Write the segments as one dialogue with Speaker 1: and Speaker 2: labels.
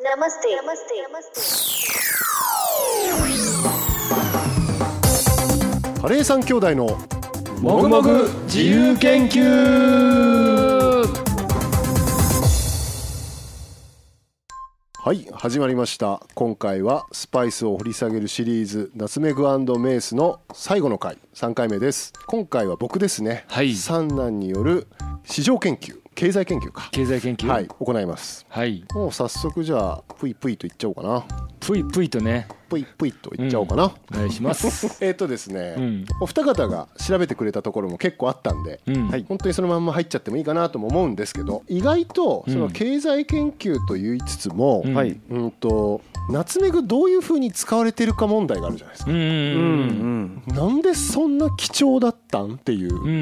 Speaker 1: नमस्ते नमस्ते नमस्ते
Speaker 2: カレー三兄弟の
Speaker 3: もぐもぐ自由研究
Speaker 2: はい始まりました今回はスパイスを掘り下げるシリーズナツメグメイスの最後の回3回目です今回は僕ですね、
Speaker 3: はい
Speaker 2: 三男による市場研究経済研究か
Speaker 3: 経済研究
Speaker 2: はい行います
Speaker 3: はい
Speaker 2: もう早速じゃあぷいぷいといっちゃおうかな
Speaker 3: ぷいぷいとね
Speaker 2: ぷいぷいといっちゃおうかな、
Speaker 3: お願いします
Speaker 2: えっとですね、
Speaker 3: うん
Speaker 2: お二方が調べてくれたところも結構あったんで、
Speaker 3: うん
Speaker 2: はい本当にそのまんま入っちゃってもいいかなとも思うんですけど意外とその経済研究と言いつつも、
Speaker 3: う
Speaker 2: うんん
Speaker 4: はい
Speaker 2: とナツメグどういうふうに使われてるか問題があるじゃないです
Speaker 3: う
Speaker 2: か。
Speaker 3: んうん
Speaker 4: ん
Speaker 2: なんでそんな貴重だったんっていう
Speaker 3: うんうんう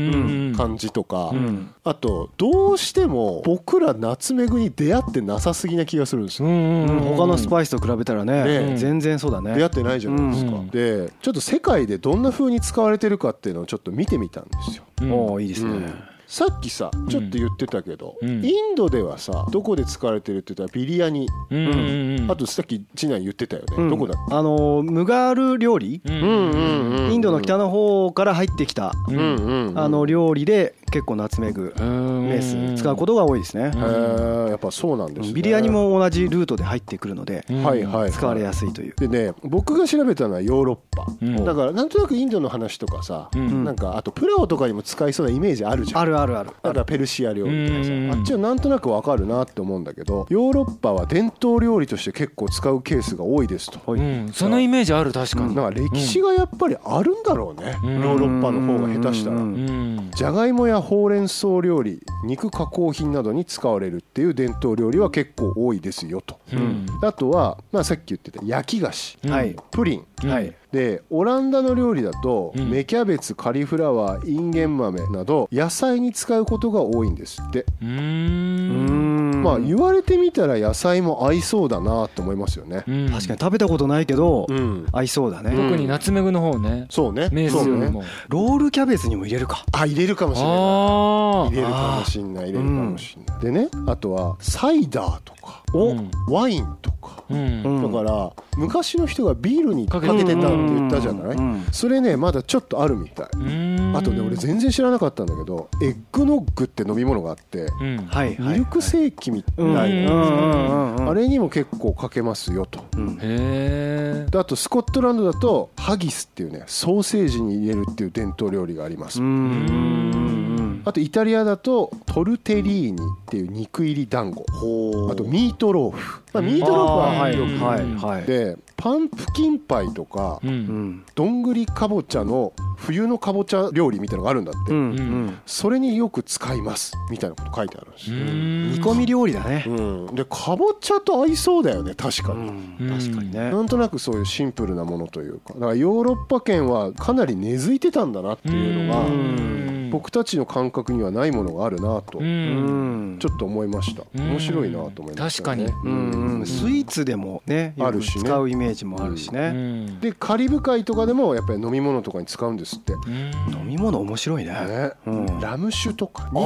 Speaker 3: ん
Speaker 2: 感じとか、
Speaker 3: うん
Speaker 2: あとどうしても僕らナツメグに出会ってなさすぎな気がするんですよ
Speaker 3: うんうん
Speaker 4: 他のスパイスと比べたらね
Speaker 2: ね
Speaker 4: 全然そうだね
Speaker 2: 出会ってないじゃないですか、
Speaker 3: うん
Speaker 2: でちょっと世界でどんな風に使われてるかっていうのをちょっと見てみたんですよ
Speaker 3: うん
Speaker 4: おおいいです
Speaker 2: う
Speaker 4: ね
Speaker 2: んさっきさちょっと言ってたけど、
Speaker 3: うん
Speaker 2: インドではさどこで使われてるって言ったらビリヤニ、
Speaker 3: うんうんうん
Speaker 2: あとさっき次男言ってたよね、
Speaker 4: うん
Speaker 2: どこだっ
Speaker 4: あのームガール料理
Speaker 3: うん
Speaker 2: んう
Speaker 4: インドの北の方から入ってきた
Speaker 3: うん
Speaker 2: うんうんうん
Speaker 4: あの料理で結構ナツメグ
Speaker 3: うん
Speaker 4: メス使うことが多いですね
Speaker 3: う
Speaker 2: へーやっぱそうなんです、ね、
Speaker 4: ビリヤニも同じルートで入ってくるので
Speaker 3: うん
Speaker 2: はいはい
Speaker 4: 使われやすいという
Speaker 2: でね僕が調べたのはヨーロッパ、
Speaker 3: うん
Speaker 2: だからなんとなくインドの話とかさ、
Speaker 3: うん
Speaker 2: なんかあとプラオとかにも使いそうなイメージあるじゃん
Speaker 4: あるあるある
Speaker 2: だからペルシア料理とかさ
Speaker 3: うん
Speaker 2: あっちはなんとなくわかるなって思うんだけどヨーロッパは伝統料理として結構使うケースが多いですと、
Speaker 3: うんそのイメージある確か
Speaker 2: なん
Speaker 3: に
Speaker 2: か歴史がやっぱりあるんだろうね、
Speaker 3: うん
Speaker 2: ヨーロッパの方が下手したら。
Speaker 4: うん
Speaker 3: うん
Speaker 2: じゃがいもやほうれん草料理肉加工品などに使われるっていう伝統料理は結構多いですよと、
Speaker 3: うん
Speaker 2: あとは、まあ、さっき言ってた焼き菓子
Speaker 3: うん
Speaker 4: はい
Speaker 2: プリン
Speaker 3: うん
Speaker 4: はい
Speaker 2: でオランダの料理だと、
Speaker 3: うん
Speaker 2: 芽キャベツカリフラワーインゲン豆など野菜に使うことが多いんですって、
Speaker 3: う
Speaker 4: うー
Speaker 3: ん
Speaker 4: ん
Speaker 2: まあ言われてみたら野菜も合いそうだなと思いますよね
Speaker 3: うん
Speaker 4: 確かに食べたことないけど
Speaker 2: うん
Speaker 4: 合いそうだ
Speaker 2: う
Speaker 4: ね
Speaker 2: ん
Speaker 3: 特にナツメグの方ね
Speaker 2: そうね
Speaker 3: メス
Speaker 2: そ
Speaker 3: よ
Speaker 2: う
Speaker 3: り
Speaker 2: ね
Speaker 3: も
Speaker 4: ロールキャベツにも入れるか
Speaker 2: あ入れるかもしれない
Speaker 3: あ
Speaker 2: 入れるかもしんない入れるかもしんない、でねあとはサイダーとか
Speaker 3: お
Speaker 2: ワインとか、
Speaker 3: うん
Speaker 4: うん
Speaker 2: だから昔の人がビールにかけてたって言ったじゃない、
Speaker 4: うん
Speaker 2: それねまだちょっとあるみたい、あとね俺全然知らなかったんだけどエッグノッグって飲み物があって
Speaker 3: うん
Speaker 4: はいは
Speaker 2: ミ
Speaker 4: い
Speaker 2: ルクセーキみたいな、
Speaker 3: うん
Speaker 2: あ
Speaker 4: あれ
Speaker 2: れにも結構かけますよと
Speaker 3: へえ
Speaker 2: であとスコットランドだとハギスっていうねソーセージに入れるっていう伝統料理があります、
Speaker 4: うん
Speaker 2: あとイタリアだとトルテリーニっていう肉入り団子あとミートローフ、まあ、ミートローフは
Speaker 3: あー
Speaker 2: よく
Speaker 4: はい
Speaker 3: うん
Speaker 4: はい
Speaker 2: でパンプキンパイとか
Speaker 3: う
Speaker 4: うんん
Speaker 2: どんぐりかぼちゃの冬のかぼちゃ料理みたいなのがあるんだって、
Speaker 4: うん
Speaker 3: う
Speaker 4: うんん
Speaker 2: それによく使いますみたいなこと書いてあるんですよ、
Speaker 4: 煮込み料理だね
Speaker 2: うんでかぼちゃと合いそうだよね確かに、
Speaker 3: うん
Speaker 4: 確かにね
Speaker 2: なんとなくそういうシンプルなものというかだからヨーロッパ圏はかなり根付いてたんだなっていうのが
Speaker 3: うん
Speaker 2: 僕たちの感覚にはないものがあるなと
Speaker 3: う
Speaker 4: うんん
Speaker 2: ちょっと思いました
Speaker 3: うん
Speaker 2: 面白いなと思いました、ね、
Speaker 3: 確か
Speaker 4: う
Speaker 2: うんん
Speaker 4: うんスイーツでもねよ
Speaker 2: あ
Speaker 4: く
Speaker 2: るしね
Speaker 4: 使うイメージもあるし
Speaker 3: う
Speaker 4: ね
Speaker 3: ん
Speaker 2: でカリブ海とかでもやっぱり飲み物とかに使うんですって、
Speaker 3: うん
Speaker 4: 飲み物面白いね
Speaker 2: ね
Speaker 4: うん
Speaker 2: ラム酒とかに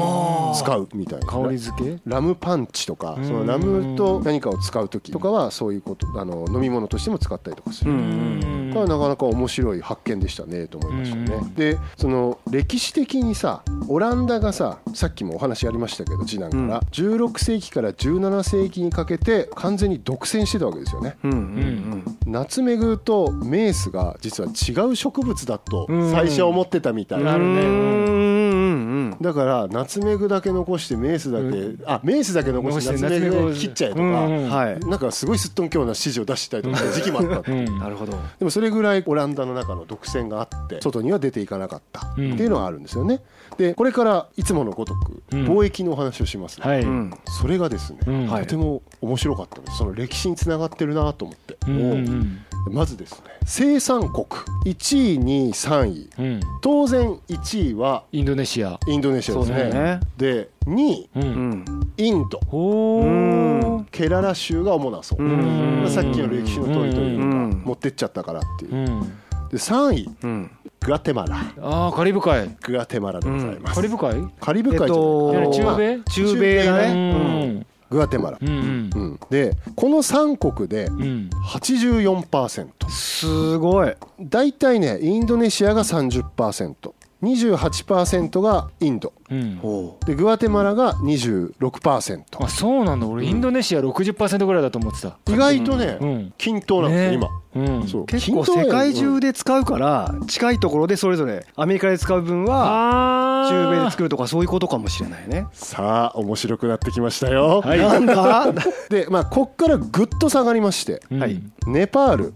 Speaker 2: 使うみたいな
Speaker 3: 香り付け
Speaker 2: ラムパンチとか
Speaker 3: うん
Speaker 2: そのラムと何かを使う時とかはそういうことあの飲み物としても使ったりとかす
Speaker 4: う
Speaker 2: る。
Speaker 4: ん
Speaker 2: これはなかなか面白い発見でしたねと思いましたね。
Speaker 3: うん
Speaker 2: でその歴史的にさオランダがささっきもお話ありましたけど次男から、16世紀から17世紀にかけて完全に独占してたわけですよね。
Speaker 4: うんうんうん
Speaker 2: ナツメグとメースが実は違う植物だと
Speaker 3: うん
Speaker 2: 最初は思ってたみたいな。
Speaker 3: あるね
Speaker 4: うん
Speaker 2: だからナツメグだけ残してメースだけ、
Speaker 3: う
Speaker 2: あメースだけ残してナツメグ切っちゃえとか、
Speaker 4: うんはい
Speaker 2: なんかすごいすっとんきょうな指示を出してたりとかした時期もあったって
Speaker 3: うん
Speaker 4: なるほど
Speaker 2: でもそれぐらいオランダの中の独占があって外には出ていかなかったっていうのはあるんですよね、でこれからいつものごとく
Speaker 3: うん
Speaker 2: 貿易のお話をします、
Speaker 3: はい
Speaker 4: うん
Speaker 2: それがですね、
Speaker 3: うん
Speaker 2: とても面白かったですその歴史につながってるなと思って、
Speaker 3: うん
Speaker 2: まずですね生産国1位2位3位
Speaker 3: うん
Speaker 2: 当然1位は
Speaker 3: インドネシア
Speaker 2: インドネシアです
Speaker 4: そうだ
Speaker 2: ね
Speaker 4: よね
Speaker 2: で2位
Speaker 3: う
Speaker 4: うんん
Speaker 2: インド
Speaker 3: おー
Speaker 2: ケララ州が主なそう、
Speaker 4: うん
Speaker 2: まあさっきの歴史の通りというか、
Speaker 4: うん
Speaker 2: 持ってっちゃったからっていう、
Speaker 3: うん
Speaker 2: で3位
Speaker 4: うん
Speaker 2: グラテマラ
Speaker 3: あーカリブ海
Speaker 2: グラテマラでございます、
Speaker 3: カリブ海
Speaker 2: カリブ海
Speaker 4: えっ
Speaker 2: じゃない
Speaker 4: と
Speaker 2: あ
Speaker 3: 中米
Speaker 4: 中米だ
Speaker 2: 中米だね
Speaker 3: う
Speaker 4: ね
Speaker 3: ん
Speaker 2: グアテマラ、
Speaker 3: うん
Speaker 2: うんでこの3国で
Speaker 3: うんうん
Speaker 2: 84%
Speaker 4: すごい
Speaker 2: 大体ねインドネシアが 30%28% がインド
Speaker 3: うん
Speaker 4: お
Speaker 2: でグアテマラが26%
Speaker 3: あそうなんだ俺インドネシア60%ぐらいだと思ってた
Speaker 2: 意外とね、
Speaker 3: うん
Speaker 2: 均等なんですよ、今
Speaker 3: ねうん
Speaker 2: そう
Speaker 4: 結構世界中で使うから近いところでそれぞれアメリカで使う分は
Speaker 3: ああ
Speaker 4: 中米で作るとかそういうことかもしれないね
Speaker 2: さあ面白くなってきましたよ、
Speaker 4: なんだ
Speaker 2: でまあこっからぐっと下がりまして
Speaker 3: うん
Speaker 4: はい
Speaker 2: ネパール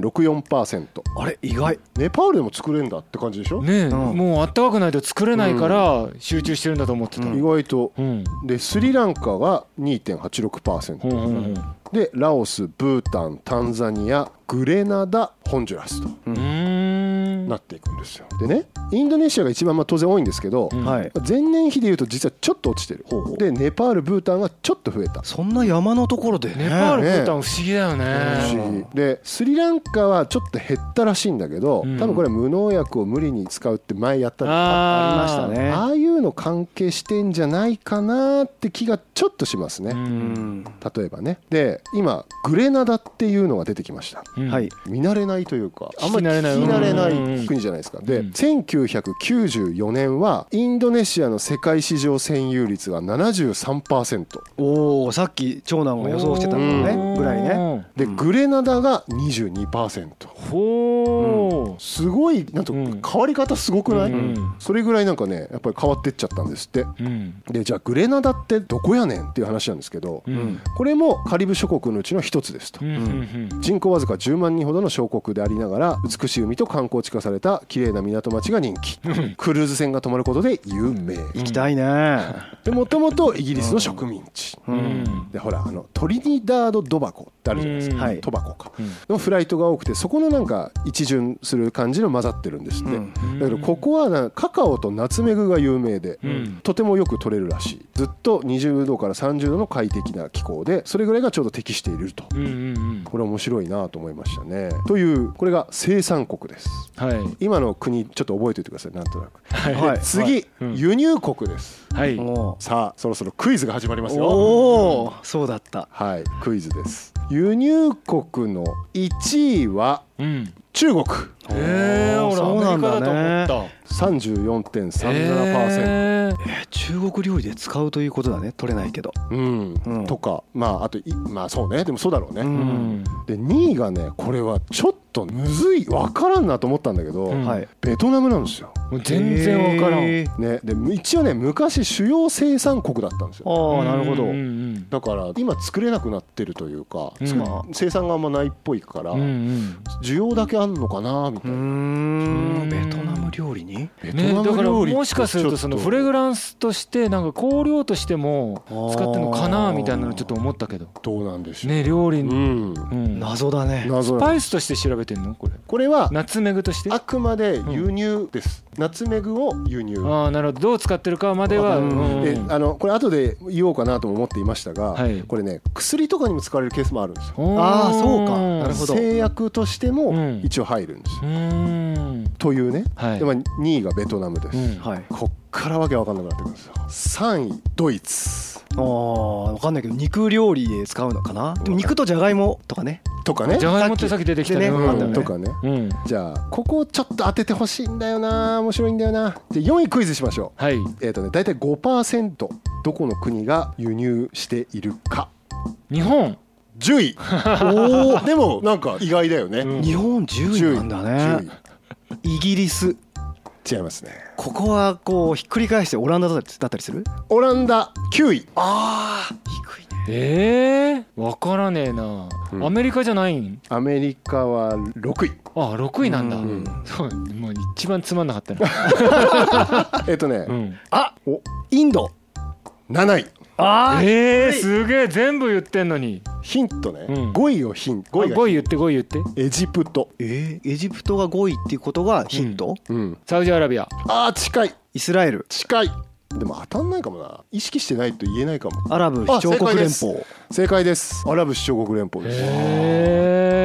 Speaker 2: 6.64%
Speaker 4: あれ意外
Speaker 2: ネパールでも作れるんだって感じでしょ、
Speaker 3: ねえ、
Speaker 4: うん
Speaker 3: もうあったかくないと作れないから集中してるんだと思ってた、う
Speaker 2: 意
Speaker 3: ん
Speaker 2: 外と
Speaker 3: うん
Speaker 2: でスリランカが2.86%、
Speaker 3: うんうん
Speaker 2: でラオスブータンタンザニアグレナダホンジュラスと
Speaker 3: うーん
Speaker 2: なっていくんですよでねインドネシアが一番まあ当然多いんですけど、
Speaker 3: うん
Speaker 4: はい
Speaker 2: 前年比でいうと実はちょっと落ちてる
Speaker 4: ほうほう
Speaker 2: でネパールブータンがちょっと増えた
Speaker 4: そんな山のところで
Speaker 3: ネパール
Speaker 2: ね
Speaker 3: ブータン不思議だよ
Speaker 2: 不
Speaker 3: ね
Speaker 2: 思議でスリランカはちょっと減ったらしいんだけど、
Speaker 3: うん
Speaker 2: 多分これは無農薬を無理に使うって前やったんだ
Speaker 3: あ
Speaker 4: あ
Speaker 3: ー
Speaker 4: りましたね
Speaker 2: ああいうの関係してんじゃないかなって気がちょっとしますね、
Speaker 4: うん
Speaker 2: 例えばねで今グレナダっていうのが出てきました
Speaker 3: うん
Speaker 4: はい
Speaker 2: 見慣れないというかあんまり
Speaker 3: 聞き慣れな
Speaker 2: 聞き慣
Speaker 3: い
Speaker 2: れ
Speaker 3: うんうん
Speaker 2: な
Speaker 3: うん
Speaker 2: い国じゃないですかで
Speaker 3: うん
Speaker 2: 1994年はインドネシアの世界市場占有率が73%
Speaker 4: おおさっき長男が予想してたのねぐらいね
Speaker 2: で
Speaker 4: うん
Speaker 2: グレナダが22%
Speaker 3: ほ
Speaker 2: すごいなんと
Speaker 3: うん
Speaker 2: 変わり方すごくない、
Speaker 3: うん
Speaker 2: それぐらいなんかねやっぱり変わってっちゃったんですって
Speaker 3: ううん
Speaker 2: でじゃあグレナダってどこやねんっていう話なんですけど、
Speaker 3: うんうん
Speaker 2: これもカリブ諸国のうちの一つですと
Speaker 3: うんうん
Speaker 2: 人口わずか10万人ほどの小国でありながら美しい海と観光地化された綺麗な港町が人気クルーズ船が泊まることで有名
Speaker 4: 行きたいね
Speaker 2: でもともとイギリスの植民地
Speaker 4: う
Speaker 3: うんん
Speaker 2: でほらあのトリニダード・ドバコってあるじゃないです
Speaker 3: うん
Speaker 2: か、
Speaker 4: はい
Speaker 2: トバコか
Speaker 3: うん
Speaker 2: のフライトが多くてそこのなんか一巡する感じの混ざってるんですって、
Speaker 4: うん
Speaker 2: だけどここはなカカオとナツメグが有名で、
Speaker 3: うん
Speaker 2: とてもよく取れるらしいずっと20度から30度の快適な気候でそれぐらいがちょうど適していると
Speaker 3: うんうんうん
Speaker 2: これ面白いなと思いましたねというこれが生産国です
Speaker 3: はい
Speaker 2: 今の国ちょっと覚えておいてくださいなんとなく
Speaker 3: は
Speaker 4: はいい
Speaker 2: 次、
Speaker 3: うん
Speaker 2: 輸入国です
Speaker 3: はい
Speaker 4: お
Speaker 2: さあそろそろクイズが始まりますよ
Speaker 4: おーそうだった
Speaker 2: はいクイズです輸入国の1位は
Speaker 3: うん
Speaker 2: 中国
Speaker 3: ええ
Speaker 4: おー
Speaker 3: 俺
Speaker 4: そう
Speaker 3: アメ
Speaker 4: な
Speaker 3: リ
Speaker 4: ん
Speaker 3: カ
Speaker 4: だ
Speaker 3: だと思
Speaker 4: ね
Speaker 3: った
Speaker 2: 34.37%、
Speaker 3: へー
Speaker 4: え中国料理で使うということだね取れないけど
Speaker 2: うん
Speaker 4: うん
Speaker 2: とかまああといまあそうねでもそうだろうね、
Speaker 4: うん
Speaker 3: うん
Speaker 2: で2位がねこれはちょっとむずいわからんなと思ったんだけど、
Speaker 3: うん
Speaker 4: はい
Speaker 2: ベトナムなんですよ
Speaker 3: もう全然わからん
Speaker 4: へー
Speaker 2: ね、で一応ね昔主要生産国だったんですよ
Speaker 4: ああなるほど
Speaker 3: うんうん
Speaker 2: だから今作れなくなってるというか、
Speaker 3: うん
Speaker 2: 作生産があんまないっぽいから、
Speaker 3: うんうん
Speaker 2: 需要だけあんのかなみた
Speaker 4: う
Speaker 2: いな、
Speaker 4: んベトナム料理に
Speaker 2: ベ
Speaker 3: ね、
Speaker 2: トナ
Speaker 3: だ
Speaker 2: ム
Speaker 3: から
Speaker 2: 料理って
Speaker 3: もしかするとそのフレ
Speaker 2: ちょっ
Speaker 3: グランスとしてなんか香料としても使ってんのかなみたいなのちょっと思ったけど
Speaker 2: とどうなんでしょう、
Speaker 3: ね料理
Speaker 2: う
Speaker 3: に、
Speaker 2: ん、
Speaker 3: うん、
Speaker 4: 謎だね
Speaker 2: 謎
Speaker 3: ス
Speaker 2: な
Speaker 3: パ
Speaker 2: んで
Speaker 3: イスとして調べてんのこれ
Speaker 2: これは
Speaker 3: ナツメグとして
Speaker 2: あくまで輸入です、ナツメグを輸入
Speaker 3: ああなるほどどう使ってるかまでは、
Speaker 2: う
Speaker 3: うん
Speaker 2: んであのこれ後で言おうかなとも思っていましたが、
Speaker 3: はい
Speaker 2: これね薬とかにも使われるケースもあるんですよ
Speaker 4: あーそうかなるほど
Speaker 2: 製薬として
Speaker 3: う
Speaker 2: も
Speaker 3: ん
Speaker 2: 一応入るんですよ、
Speaker 3: うーん
Speaker 2: というね、
Speaker 3: はい
Speaker 2: でまあ、2位がベトナムです、
Speaker 3: うん
Speaker 4: はい
Speaker 2: こっからわけわかんなくなってくるんですよ3位ドイツ
Speaker 4: ああ分かんないけど肉料理で使うのかなでも肉とじゃがいもとかね
Speaker 2: とかね
Speaker 3: じゃがいもってさっき出てきたね
Speaker 4: でね
Speaker 3: うん
Speaker 4: あった
Speaker 2: う
Speaker 4: ね
Speaker 2: んとかね
Speaker 3: うん
Speaker 2: じゃあここちょっと当ててほしいんだよな面白いんだよなじゃあ4位クイズしましょ
Speaker 3: はいう
Speaker 2: えっ、とね大体5%どこの国が輸入しているか
Speaker 3: 日本
Speaker 2: 10位おーでもなんか意外だよね、
Speaker 3: うん
Speaker 4: 日本10位なんだ
Speaker 2: 10
Speaker 4: ねイギリ
Speaker 2: 位
Speaker 4: ス
Speaker 2: 違いますね
Speaker 4: ここはこうひっくり返してオランダだっただったりする
Speaker 2: オランダ9位
Speaker 4: ああ低いね
Speaker 3: ええわからねえな、
Speaker 2: うん
Speaker 3: アメリカじゃないん
Speaker 2: アメリカは6位
Speaker 3: あ6位なんだ、
Speaker 4: うん
Speaker 3: そうもう一番つまんなかったな、
Speaker 2: えっ、とね、
Speaker 3: うん
Speaker 4: あ
Speaker 2: お
Speaker 4: インド
Speaker 2: 7位
Speaker 4: ああ
Speaker 3: えー、すげえ全部言ってんのに
Speaker 2: ヒントね、
Speaker 3: うん
Speaker 2: 5位をヒント5位
Speaker 3: あ
Speaker 2: が
Speaker 3: 5位言って5位言って
Speaker 2: エジプト、
Speaker 4: えーエジプトが5位っていうことがヒント、
Speaker 2: うん、
Speaker 3: サウジアラビア
Speaker 2: あー近い
Speaker 4: イスラエル
Speaker 2: 近いでも当たんないかもな意識してないと言えないかも
Speaker 4: アラブ首長
Speaker 2: あ正
Speaker 4: 国
Speaker 2: 解で
Speaker 4: 連
Speaker 2: す
Speaker 4: 邦
Speaker 2: 正解ですアラブ首長国連邦です
Speaker 3: へ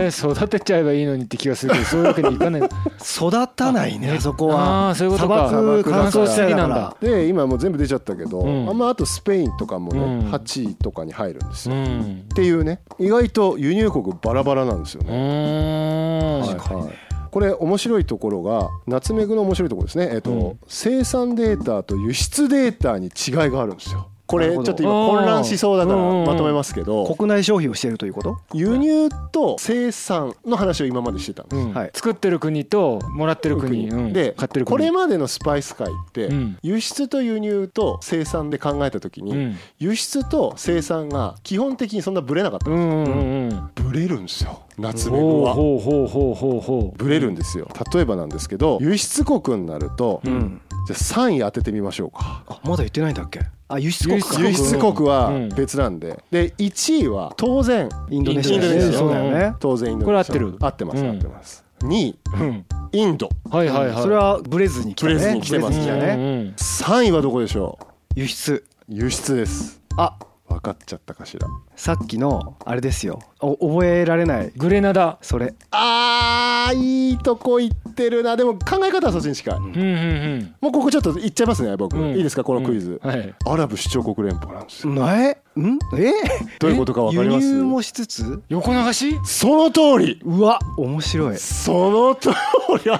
Speaker 3: え育てちゃえばいいのにって気が するけどそういうわけにいかない
Speaker 4: 育たないねそこ
Speaker 3: あ
Speaker 4: は
Speaker 3: ーそういうことか
Speaker 4: 砂漠乾
Speaker 3: 乾燥
Speaker 4: 燥地帯だか
Speaker 3: 地帯なんだ
Speaker 4: ら
Speaker 2: で今もう全部出ちゃったけど、
Speaker 3: うん
Speaker 2: あんまあとスペインとかもね、
Speaker 3: うん
Speaker 2: 8位とかに入るんです
Speaker 3: う
Speaker 2: よ、っ
Speaker 3: ん
Speaker 2: ていうね意外と輸入国バラバラなんですよ
Speaker 3: う
Speaker 2: ね、
Speaker 3: ーん
Speaker 2: はいはいこれ面白いところが夏目具の面白いところですね、えっと
Speaker 3: うん
Speaker 2: 生産データと輸出データに違いがあるんですよこれ
Speaker 4: な
Speaker 2: ちょっ
Speaker 4: るほど
Speaker 2: と今混乱しそうだから
Speaker 3: うんうんうん
Speaker 2: まとめますけど
Speaker 4: 国内消費をしているということ
Speaker 2: 輸入と生産の話を今までしてたんです、
Speaker 3: うん
Speaker 4: はい
Speaker 3: 作ってる国ともらってる国うん
Speaker 2: で
Speaker 3: 買ってる国
Speaker 2: これまでのスパイス界って、
Speaker 3: うん
Speaker 2: 輸出と輸入と生産で考えた時に、
Speaker 3: うん
Speaker 2: 輸出と生産が基本的にそんなブレなかった、
Speaker 3: うんうんうん
Speaker 2: ブレるんですよ夏目具
Speaker 3: ほう
Speaker 2: は
Speaker 3: ほうほうほうほうほう
Speaker 2: ブレるんですよ例えばなんですけど輸出国になると、
Speaker 4: ん
Speaker 2: じゃあ3位当ててみましょうか
Speaker 4: あまだ言ってないんだっけあ輸出国か
Speaker 2: 輸出国は
Speaker 3: うん
Speaker 2: 別なんでで1位は当然
Speaker 4: インドネシアです
Speaker 2: イ
Speaker 4: ね
Speaker 2: ンドネシア
Speaker 4: そうだよね
Speaker 2: 当然インドネシア
Speaker 3: これ合ってる
Speaker 2: 合ってます
Speaker 3: うん
Speaker 2: 合ってます2位
Speaker 3: うん
Speaker 2: インド
Speaker 3: はいはいはい
Speaker 4: それはブレずに来たね
Speaker 2: ブレずに来てます
Speaker 4: ブレずに来たね
Speaker 3: ね
Speaker 2: 3位はどこでしょう
Speaker 4: 輸出
Speaker 2: 輸出です
Speaker 4: あ
Speaker 2: 分かっちゃったかしら
Speaker 4: さっきのあれですよお覚えられない
Speaker 3: グレナダ
Speaker 4: それ
Speaker 2: あーいいとこ行ってるなでも考え方はそっちに近い、
Speaker 3: うんうんうん
Speaker 2: もうここちょっと行っちゃいますね僕、
Speaker 3: うん
Speaker 2: いいですかこのクイズ、
Speaker 3: うんはい
Speaker 2: アラブ首長国連邦なんですよ、
Speaker 4: えんえ
Speaker 2: どういうことか分か
Speaker 4: 輸
Speaker 2: ります
Speaker 4: 入もしつつ
Speaker 3: 横流し
Speaker 2: その通り
Speaker 4: うわ面白い
Speaker 2: その通りあ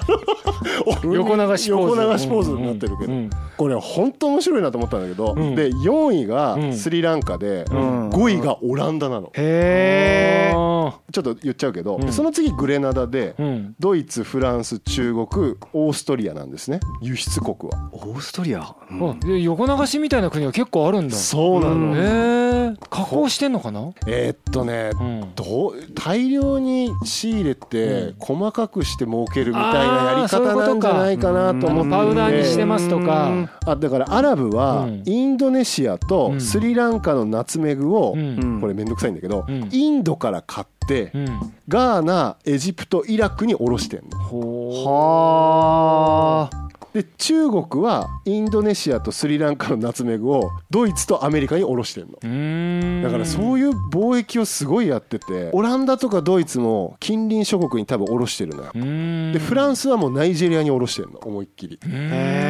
Speaker 2: の
Speaker 3: 横流しポーズ
Speaker 2: 横流しポーズになってるけど、
Speaker 3: うんうんうん
Speaker 2: これ本当面白いなと思ったんだけど、
Speaker 3: うん
Speaker 2: で4位
Speaker 3: う
Speaker 2: が
Speaker 3: ん
Speaker 2: スリランカで、
Speaker 4: ん
Speaker 2: 5位がオランダなの、
Speaker 4: へ
Speaker 3: あ
Speaker 4: え
Speaker 2: ちょっと言っちゃうけど、
Speaker 3: ん
Speaker 2: その次グレナダで、
Speaker 3: ーうん
Speaker 2: ドイツフランス中国オーストリアなんですね輸出国は、
Speaker 4: オーストリア
Speaker 3: あで横流しみたいな国は結構あるんだ
Speaker 2: そうなの、
Speaker 4: うん
Speaker 3: へえ加工してんのかな
Speaker 2: えーっとね、
Speaker 3: ん
Speaker 2: どう大量に仕入れて
Speaker 3: うん
Speaker 2: 細かくして儲けるみたいなやり方なんじゃないかなと思って
Speaker 3: パウダーにしてますと
Speaker 4: うん
Speaker 3: か
Speaker 2: あだからアラブは
Speaker 3: うん
Speaker 2: インドネシア
Speaker 3: う
Speaker 2: と
Speaker 3: ん
Speaker 2: スリランカのナツメグを、
Speaker 3: うん
Speaker 2: これめんどくさいんだけど、
Speaker 3: うん
Speaker 2: インドから買って、
Speaker 3: うん
Speaker 2: ガーナエジプトイラクに卸してんの。
Speaker 3: ほ
Speaker 4: はあ
Speaker 2: で中国はインドネシアとスリランカのナツメグをドイツとアメリカに卸してんの。
Speaker 3: ううん
Speaker 2: だからそういう貿易をすごいやっててオランダとかドイツも近隣諸国に多分卸してるのよ。
Speaker 3: うん
Speaker 2: でフランスはもうナイジェリアに卸してるの思いっきり。っ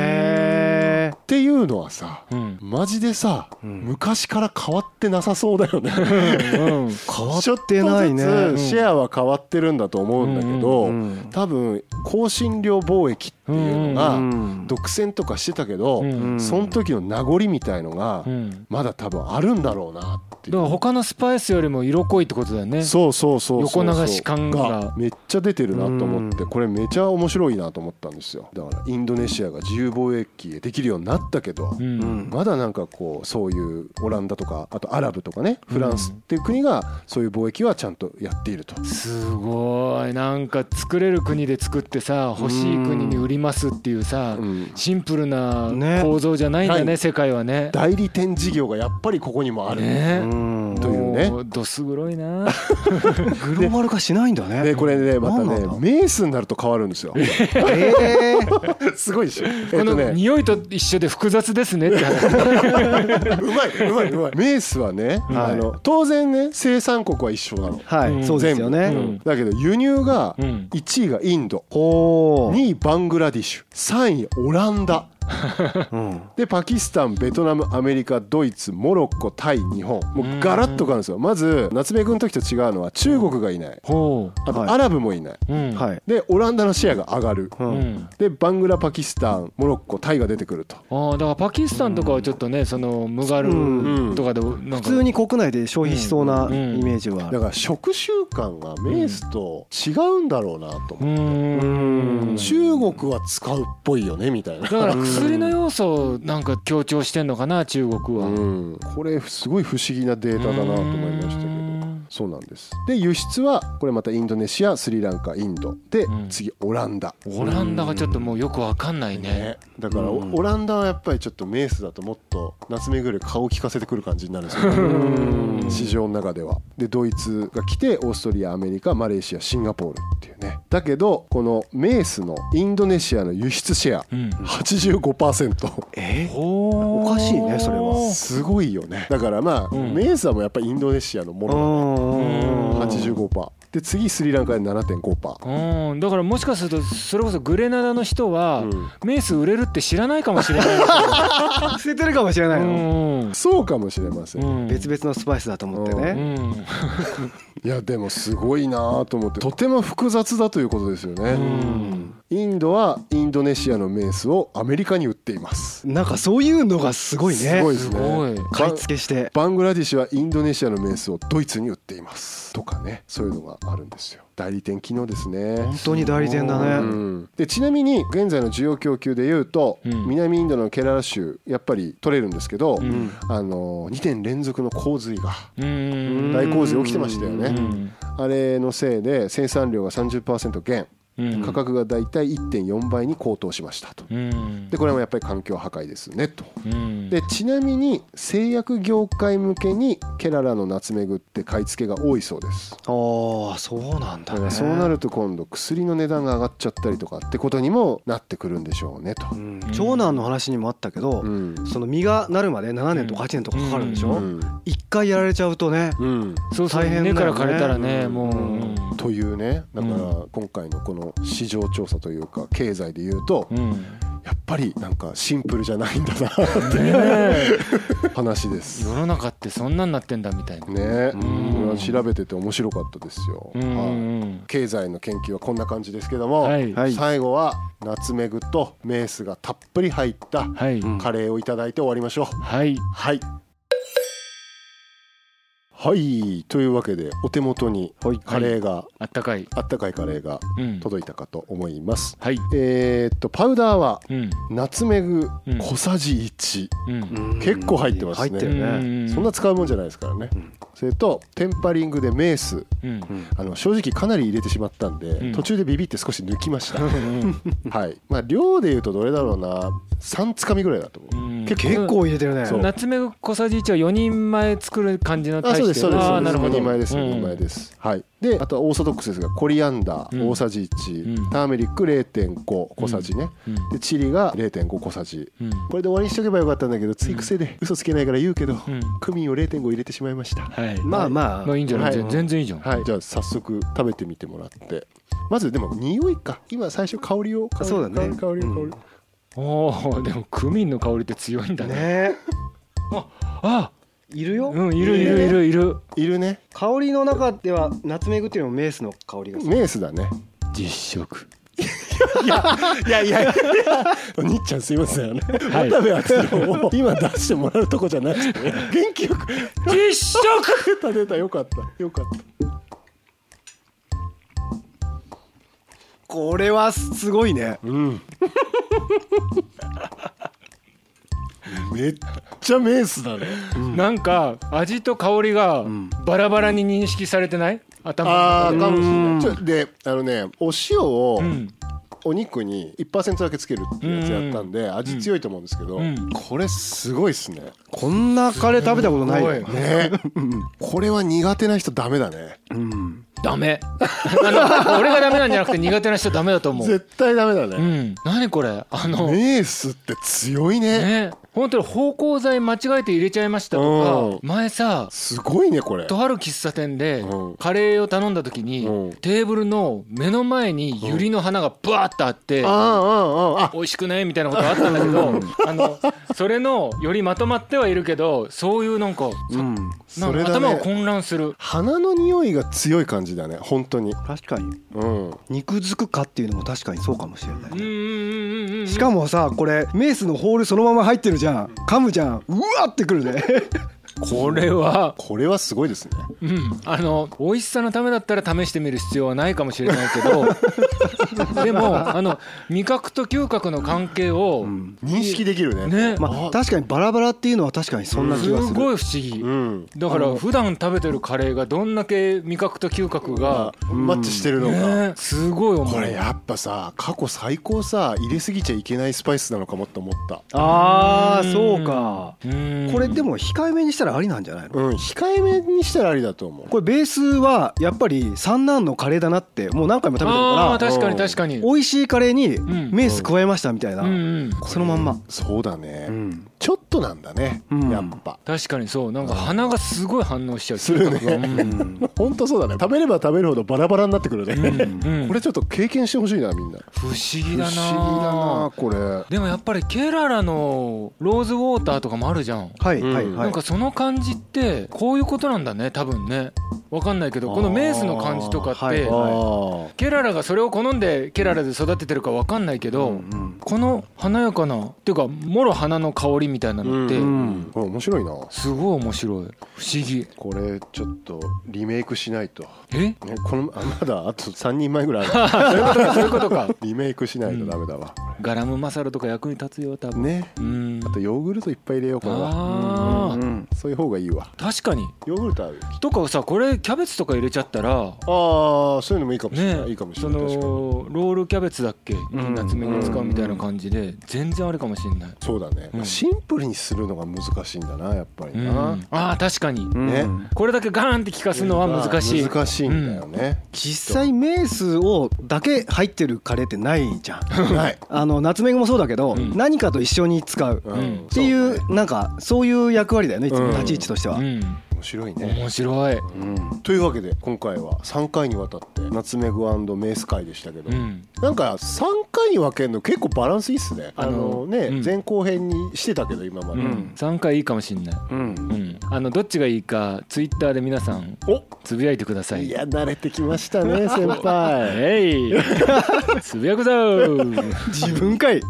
Speaker 4: へえ
Speaker 2: ていうのはさ
Speaker 3: うん
Speaker 2: マジでさ、
Speaker 4: ん
Speaker 2: 昔から変わってなさそうだよね。
Speaker 3: うん
Speaker 4: 変わってないね
Speaker 2: ちょっとずつ
Speaker 4: うん
Speaker 2: シェアは変わってるんだと思うんだけど、
Speaker 4: うんうんうん
Speaker 2: 多分香辛料貿易っていうの
Speaker 4: う
Speaker 2: が
Speaker 4: ん
Speaker 2: 独占とかしてたけど、
Speaker 3: うん
Speaker 2: その時の名残みたいのが
Speaker 3: うん
Speaker 2: まだ多分あるんだろうなってい
Speaker 3: だから
Speaker 2: う。
Speaker 3: 他のスパイスよりも色濃いってことだよね
Speaker 2: そうそうそうそう
Speaker 3: 横流し感が
Speaker 2: めっちゃ出てるなと思ってこれめちゃ面白いなと思ったんですよだからインドネシアが自由貿易できるようになったけど、
Speaker 3: うん
Speaker 4: うん
Speaker 2: まだなんかこうそういうオランダとかあとアラブとかねフランスっていう国がそういう貿易はちゃんとやっていると
Speaker 3: すごいなんか作れる国で作ってさ欲しい国に売りますっていうさ
Speaker 2: うん
Speaker 3: シンプルな
Speaker 4: ね
Speaker 3: 構造じゃないんだ
Speaker 2: な
Speaker 3: ね
Speaker 2: い
Speaker 3: 世界はね。
Speaker 2: 代理店事業がやっぱりここにもある、
Speaker 3: ね
Speaker 4: うん
Speaker 2: というね
Speaker 3: もどす黒いな
Speaker 4: グローバル化しないんだね
Speaker 2: でこれねまた
Speaker 4: なん
Speaker 2: ね
Speaker 4: なんだ
Speaker 2: メースになると変わるんですよ
Speaker 4: えー
Speaker 2: すごいでしょ、えっ
Speaker 3: ことの
Speaker 2: ね、
Speaker 3: 匂いと一緒で複雑ですねって話
Speaker 2: うまいうまいうまいメースはね、
Speaker 4: はい
Speaker 2: あの当然ね生産国は一緒なの
Speaker 4: はい、
Speaker 3: うん
Speaker 4: そうですよね、
Speaker 2: 全部
Speaker 3: うん
Speaker 2: だけど輸入が
Speaker 3: うん
Speaker 2: 1位がインド、
Speaker 4: ほ
Speaker 2: 2位バングラディッシュ3位オランダ
Speaker 4: う、うん、
Speaker 2: でパキスタンベトナムアメリカドイツモロッコタイ日本もうガラッと変わるんですよまず夏目くんの時と違うのは中国がいない
Speaker 3: ほ
Speaker 2: あと
Speaker 4: はい
Speaker 2: アラブもいない、
Speaker 3: ううんい
Speaker 4: はい、
Speaker 2: でオランダのシェアが上がる、
Speaker 4: う
Speaker 3: うんん
Speaker 2: でバングラパキスタンモロッコタイが出てくると
Speaker 3: あーだからパキスタンとかはちょっとねそのムガ
Speaker 2: うん
Speaker 3: ルとかでなん
Speaker 4: 普
Speaker 3: か
Speaker 4: 通に国内で消費しそうな
Speaker 3: う
Speaker 4: イ
Speaker 3: ん
Speaker 4: メージは
Speaker 2: だ
Speaker 4: ある、
Speaker 2: から食習慣がメースと違うんだろうなと思う、
Speaker 3: うーん
Speaker 2: 中国は使うっぽいよねみたいな
Speaker 3: だ、から薬の要素をなんか強調してんのかな中国は。
Speaker 2: うん、これすごい不思議なデータだなと思いましたけ
Speaker 3: う
Speaker 2: ど
Speaker 3: ん
Speaker 2: そうなんですで輸出はこれまたインドネシアスリランカインドで
Speaker 3: うん
Speaker 2: 次オランダ、
Speaker 3: オランダがちょっともうよくわかんないね
Speaker 2: ね、だからお
Speaker 4: うん
Speaker 2: オランダはやっぱりちょっとメースだともっと夏目ぐらい顔を利かせてくる感じになるんですよね市場の中ではでドイツが来てオーストリアアメリカマレーシアシンガポールっていうねだけどこのメースのインドネシアの輸出シェア
Speaker 3: うん
Speaker 2: 85%
Speaker 4: えー
Speaker 3: お
Speaker 4: おかしいねそれは
Speaker 2: すごいよねだからまあ、
Speaker 3: うん
Speaker 2: メースはもうやっぱりインドネシアのも
Speaker 4: う
Speaker 2: の
Speaker 4: んうんうんうん
Speaker 2: 85%、で次スリランカで7.5%
Speaker 3: うん、だからもしかするとそれこそグレナダの人は、
Speaker 2: うん
Speaker 3: メイス売れるって知らないかもしれないです
Speaker 4: 捨ててるかもしれない
Speaker 3: よ
Speaker 4: の、
Speaker 3: うん
Speaker 2: そうかもしれません、
Speaker 3: うん
Speaker 4: 別々のスパイスだと思って
Speaker 3: う
Speaker 4: ね、
Speaker 3: ん
Speaker 2: いやでもすごいなと思ってとても複雑だということですよね、インドはインドネシアのメンスをアメリカに売っています
Speaker 4: なんかそういうのがすごいね
Speaker 2: すごいですす
Speaker 3: ごい
Speaker 2: ね
Speaker 4: 買い付けして
Speaker 2: バングラディッシュはインドネシアのメンスをドイツに売っていますとかねそういうのがあるんですよ代理店機能ですね
Speaker 4: 本当に代理店だ
Speaker 2: う
Speaker 4: ね
Speaker 2: んでちなみに現在の需要供給でいうと、
Speaker 3: うん
Speaker 2: 南インドのケララ州やっぱり取れるんですけど、
Speaker 3: うん
Speaker 2: あの2年連続の洪水が
Speaker 3: うん
Speaker 2: 大洪水起きてましたよね、
Speaker 3: うん
Speaker 2: あれのせいで生産量が30%減
Speaker 3: うん
Speaker 2: 価格がだいたい1.4倍に高騰しましたと
Speaker 3: うん
Speaker 2: でこれもやっぱり環境破壊ですねと
Speaker 3: うん
Speaker 2: でちなみに製薬業界向けにケララのナツメグって買い付けが多いそうです
Speaker 4: ああそうなん
Speaker 2: だ
Speaker 4: だ
Speaker 2: か
Speaker 4: ね
Speaker 2: らそうなると今度薬の値段が上がっちゃったりとかってことにもなってくるんでしょうねと
Speaker 4: う、ん長男の話にもあったけど、
Speaker 2: うん
Speaker 4: その実がなるまで7年とか8年とかかかるんでし
Speaker 2: う
Speaker 4: ょ、
Speaker 2: ん
Speaker 4: 一回やられちゃうとね
Speaker 2: うん
Speaker 3: そうそう
Speaker 4: 大変だ
Speaker 3: 根
Speaker 4: よね
Speaker 3: から枯れたらねもう
Speaker 4: うん
Speaker 2: というねだから
Speaker 3: う
Speaker 2: 今回のこの市場調査というか経済でいうと
Speaker 3: うんね
Speaker 2: やっぱりなんかシンプルじゃないんだなって
Speaker 3: え
Speaker 2: 話です
Speaker 3: 世の中ってそんなんなってんだみたいな
Speaker 2: ね
Speaker 3: ん
Speaker 2: これは調べてて面白かったですよ、
Speaker 3: うん
Speaker 2: はい
Speaker 3: うん
Speaker 2: 経済の研究はこんな感じですけども、
Speaker 3: はい
Speaker 4: はい
Speaker 2: 最後はナツメグとメースがたっぷり入った
Speaker 3: はい
Speaker 4: ん
Speaker 2: カレーをいただいて終わりましょう
Speaker 3: はい
Speaker 2: はいはいというわけでお手元に
Speaker 4: はい
Speaker 2: カレーが、
Speaker 3: あったかい
Speaker 2: あったかいカレーが
Speaker 3: うん
Speaker 2: 届いたかと思います、
Speaker 3: はい
Speaker 2: えーっとパウダーは
Speaker 3: うん
Speaker 2: ナツメグ
Speaker 3: うん
Speaker 2: 小さじ1、
Speaker 3: うん
Speaker 2: 結構入ってますね
Speaker 4: 入ってるね
Speaker 2: そんな使うもんじゃないですからね、
Speaker 4: ん
Speaker 2: それとテンパリングでメース
Speaker 3: うん
Speaker 2: あの正直かなり入れてしまったんで、
Speaker 3: ん
Speaker 2: 途中でビビって少し抜きました、
Speaker 3: うん
Speaker 2: はいまあ量でいうとどれだろうな3つかみぐらいだと思う、
Speaker 3: うん
Speaker 2: 結
Speaker 4: 結構入れてるね
Speaker 2: そう
Speaker 3: ナツメグ小さじ1は4人前作る感じの
Speaker 2: あ
Speaker 3: 対
Speaker 2: そう
Speaker 3: し
Speaker 2: です
Speaker 3: て
Speaker 2: そうです
Speaker 3: あ
Speaker 2: そ
Speaker 3: ー
Speaker 2: うで
Speaker 3: な
Speaker 2: す
Speaker 3: るほど
Speaker 2: 2枚です
Speaker 3: うん
Speaker 2: 2枚です、はいであとはオーソドックスですがコリアンダ
Speaker 3: う
Speaker 2: ー
Speaker 3: ん
Speaker 2: 大さじ1、
Speaker 3: うん
Speaker 2: ターメリック0.5小さじね、
Speaker 3: うん
Speaker 2: でチリが0.5小さじ
Speaker 3: うん
Speaker 2: これで終わりにしとけばよかったんだけどつい癖で嘘つけないから言うけど、
Speaker 3: うん
Speaker 2: クミンを0.5入れてしまいました
Speaker 3: はい
Speaker 4: まあまあ、
Speaker 3: まあいいんじゃない
Speaker 2: はい
Speaker 3: 全然いいじゃん
Speaker 2: はい、じゃあ早速食べてみてもらってまずでも匂いか今最初香りを香り
Speaker 4: そうだね
Speaker 2: 香り香り香り、
Speaker 3: おーでもクミンの香りって強いんだね
Speaker 4: ね
Speaker 3: あ
Speaker 4: いるよ、
Speaker 3: うんいるいるいるいる
Speaker 2: いるね
Speaker 4: 香りの中ではナツメグっていうのもメースの香りがする
Speaker 2: メースだね
Speaker 3: 実食
Speaker 2: いやいやいやお兄ちゃんすいませんね、
Speaker 3: はい
Speaker 2: 渡部篤郎を今出してもらうとこじゃなくて元気よく
Speaker 3: 実食
Speaker 2: 出た出たよかったよかった
Speaker 4: これはすごいね
Speaker 2: うんめっちゃメースだね
Speaker 3: なんか味と香りがバラバラに認識されてない頭
Speaker 2: あーか
Speaker 3: の中
Speaker 2: もしれないちょであのねお塩を、
Speaker 3: でうん
Speaker 2: お肉に1%だけつけるっていうやつやったんで味強いと思うんですけど、
Speaker 3: うん
Speaker 2: これすごいっすね
Speaker 4: こんなカレー食べたことないよ
Speaker 3: すごい
Speaker 2: ねこれは苦手な人ダメだね
Speaker 3: ダメ あの俺がダメなんじゃなくて苦手な人ダメだと思う
Speaker 2: 絶対ダメだ
Speaker 3: う
Speaker 2: ね、
Speaker 3: ん何これあの
Speaker 2: メースって強いね
Speaker 3: ね本当に芳香剤間違えて入れちゃいましたとか
Speaker 2: う
Speaker 3: 前さ
Speaker 2: すごいねこれ
Speaker 3: とある喫茶店で
Speaker 2: うん
Speaker 3: カレーを頼んだ時に
Speaker 2: うん
Speaker 3: テーブルの目の前にユリの花がブワーッとあって
Speaker 2: あああああ
Speaker 3: 美味しくないみたいなことあったんだけどあのそれのよりまとまってはいるけどそういうなんか
Speaker 4: うん
Speaker 3: なん
Speaker 2: それ
Speaker 3: か
Speaker 2: だ
Speaker 3: 頭が
Speaker 2: ね
Speaker 3: 混乱する
Speaker 2: 鼻の匂いが強い感じだね本当に
Speaker 4: 確かに
Speaker 2: うん
Speaker 4: 肉づくかっていうのも確かにそうかもしれな
Speaker 3: うんうん
Speaker 4: い
Speaker 3: うんうんうん
Speaker 4: しかもさこれメースのホールそのまま入ってるじゃん噛むじゃんうわってく るね
Speaker 3: これは、
Speaker 2: これはすごいですね
Speaker 3: うん、あの美味しさのためだったら試してみる必要はないかもしれないけどでもあの味覚と嗅覚の関係を、
Speaker 2: 認識できるね
Speaker 3: ね
Speaker 4: まあ確かにバラバラっていうのは確かにそんな気
Speaker 3: す
Speaker 4: がする
Speaker 3: ごい不思議、
Speaker 2: うん
Speaker 3: だから普段食べてるカレーがどんだけ味覚と嗅覚が、
Speaker 2: マッチしてるのが、
Speaker 3: ねすごい思う
Speaker 2: これやっぱさ過去最高さ入れすぎちゃいけないスパイスなのかもって思った
Speaker 4: あーそうか
Speaker 3: うん
Speaker 4: これでも控えめにしたらありなんじゃないの
Speaker 2: うん控えめにしたらありだと思う
Speaker 4: これベースはやっぱり三男のカレーだなってもう何回も食べてる
Speaker 3: あ
Speaker 4: か
Speaker 3: ー
Speaker 4: ら
Speaker 3: 確かに確かに
Speaker 4: 美味しいカレーに
Speaker 3: ん
Speaker 4: メース加えましたみたいな
Speaker 3: うんうん
Speaker 4: そのまんま
Speaker 2: そうだね、
Speaker 4: うん
Speaker 2: ちょっトなんだね、
Speaker 4: うん
Speaker 2: やっぱ
Speaker 3: 確かにそうなんか鼻がすごい反応しちゃう
Speaker 2: するね
Speaker 3: 嗅覚がうん
Speaker 2: 本当そうだね食べれば食べるほどバラバラになってくるね、
Speaker 3: うんうん
Speaker 2: これちょっと経験してほしいなみんな
Speaker 3: 不思
Speaker 2: 不
Speaker 3: 議
Speaker 2: 思議だ
Speaker 3: だな
Speaker 2: なこれ
Speaker 3: でもやっぱりケララのローズウォーターとかもあるじゃん
Speaker 4: はい
Speaker 2: うん
Speaker 4: は
Speaker 2: は
Speaker 4: いは
Speaker 3: なん
Speaker 4: い
Speaker 3: かその感じってこういうことなんだね多分ねわかんないけどこのメースの感じとかって、
Speaker 4: あーはい
Speaker 2: あー
Speaker 3: ケララがそれを好んでケララで育ててるかわかんないけど、
Speaker 4: うん
Speaker 3: この華やかなっていうかもろ花の香りみたいなのって、
Speaker 2: うんこれ面白いな
Speaker 3: すごい面白い不思議
Speaker 2: これちょっとリメイクしないと
Speaker 3: え
Speaker 2: ねこのあまだあと3人前ぐらいある
Speaker 3: そういうことか
Speaker 2: リメイクしないとダメだわ、
Speaker 3: ガラムマサラとか役に立つよ多分
Speaker 2: ね
Speaker 3: うん
Speaker 2: あとヨーグルトいっぱい入れようかな
Speaker 3: あー
Speaker 4: うん
Speaker 2: そういう方がいいわ
Speaker 3: 確かに
Speaker 2: ヨーグルトある
Speaker 3: とかさこれキャベツとか入れちゃったら
Speaker 2: ああそういうのもいいかもしれない、
Speaker 3: ね
Speaker 2: いいかもし
Speaker 3: そ
Speaker 2: れない確かに
Speaker 3: のロールキャベツだっけ
Speaker 4: ん
Speaker 3: 夏目に使うみたいな感じで全然あれかもしれない
Speaker 2: そうだね、
Speaker 3: うん
Speaker 2: シンプルにするのが難しいんだなやっぱり
Speaker 3: う
Speaker 2: な、
Speaker 3: んあー確かに
Speaker 2: ね
Speaker 4: うん
Speaker 3: これだけガーンって効かすのは難しい
Speaker 2: 難しいんだよね、
Speaker 4: 実際メースをだけ入ってるカレーってないじゃん
Speaker 2: ない、
Speaker 4: あのナツメグもそうだけど、
Speaker 3: うん
Speaker 4: 何かと一緒に使う、
Speaker 2: う
Speaker 4: っ
Speaker 2: ん
Speaker 3: って
Speaker 4: い
Speaker 2: そううね
Speaker 4: なんかそういう役割だよねいつ
Speaker 2: う
Speaker 4: も
Speaker 2: ん
Speaker 4: 立ち位置としては、
Speaker 3: うん
Speaker 2: 面白いね
Speaker 3: 面白い
Speaker 2: というわけで今回は3回にわたってナツメグメース会でしたけど、
Speaker 3: うん
Speaker 2: なんか3回に分けるの結構バランスいいっすねあ
Speaker 3: あの
Speaker 2: のね、
Speaker 3: うん
Speaker 2: 前後編にしてたけど今まで、
Speaker 3: うん3回いいかもしれない
Speaker 4: うん
Speaker 3: うんあのどっちがいいかツイッターで皆さん
Speaker 2: お
Speaker 3: つぶやいてください
Speaker 2: いや慣れてきました ね先輩
Speaker 3: えい つぶやくぞ
Speaker 4: 自分かいい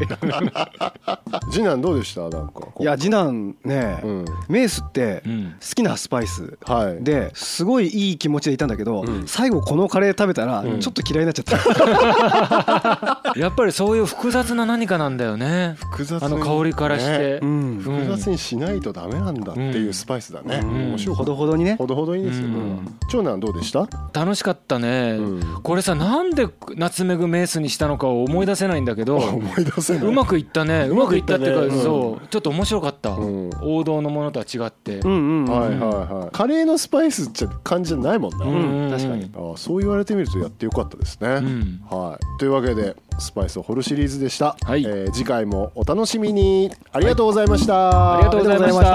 Speaker 2: 次男どうでしたなんかこう
Speaker 4: や次男ね、
Speaker 2: うん
Speaker 4: メースって
Speaker 3: う
Speaker 4: 好
Speaker 3: ん
Speaker 4: きなスパイス
Speaker 2: はい
Speaker 4: ですごいいい気持ちでいたんだけど、
Speaker 2: うん
Speaker 4: 最後このカレー食べたら
Speaker 2: うん
Speaker 4: ちょっと嫌いになっちゃった、
Speaker 3: やっぱりそういう複雑な何かなんだよね
Speaker 2: 複雑に
Speaker 3: あの香りからして、
Speaker 2: ね
Speaker 4: うん
Speaker 3: うん
Speaker 2: 複雑にしないとダメなんだっていうスパイスだね、
Speaker 4: うん
Speaker 2: 面白い ほ
Speaker 4: ほど
Speaker 2: ど
Speaker 4: ほどにね
Speaker 2: ほどほどいいですよ、
Speaker 3: うん
Speaker 2: 長男どうでした、
Speaker 3: 楽しかったね、
Speaker 2: うん
Speaker 3: これさなんで夏目ぐメースにしたのかを思い出せないんだけ ど
Speaker 2: 思い出せないう
Speaker 3: まくいったねうまくいったっていうか、
Speaker 2: うん
Speaker 3: そうちょっと面白かった、
Speaker 2: うん
Speaker 3: 王道のものとは違って、
Speaker 4: うんうんうん、
Speaker 2: はいはいはいカレーのスパイスって感じじゃないもんな、
Speaker 3: うん
Speaker 4: 確かに
Speaker 2: ああそう言われてみるとやってよかったですね、
Speaker 3: ん
Speaker 2: はい、というわけで「スパイスを掘る」シリーズでした、
Speaker 3: はい
Speaker 2: えー次回もお楽しみにありがとうございました、
Speaker 3: ありがとうございまし
Speaker 4: ありがとうござ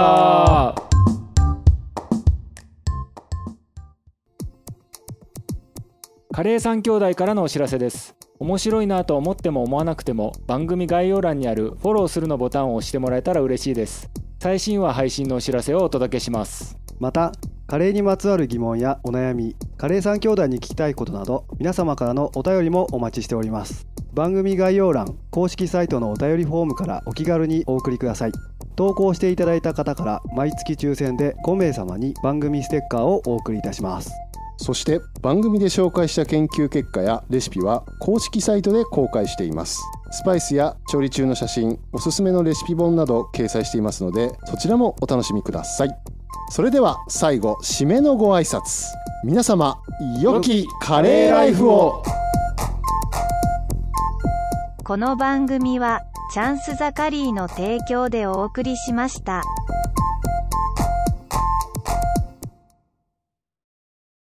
Speaker 4: いま
Speaker 3: たカレー三兄弟からのお知らせです面白いなと思っても思わなくても番組概要欄にあるフォローするのボタンを押してもらえたら嬉しいです最新話配信のお知らせをお届けします
Speaker 4: またカレーにまつわる疑問やお悩みカレー三兄弟に聞きたいことなど皆様からのお便りもお待ちしております番組概要欄公式サイトのお便りフォームからお気軽にお送りください投稿していただいた方から毎月抽選で5名様に番組ステッカーをお送りいたします
Speaker 2: そして番組で紹介した研究結果やレシピは公式サイトで公開していますスパイスや調理中の写真おすすめのレシピ本など掲載していますのでそちらもお楽しみくださいそれでは最後締めのご挨拶皆様良きカレーライフを
Speaker 1: この番組はチャンスザカリーの提供でお送りしました。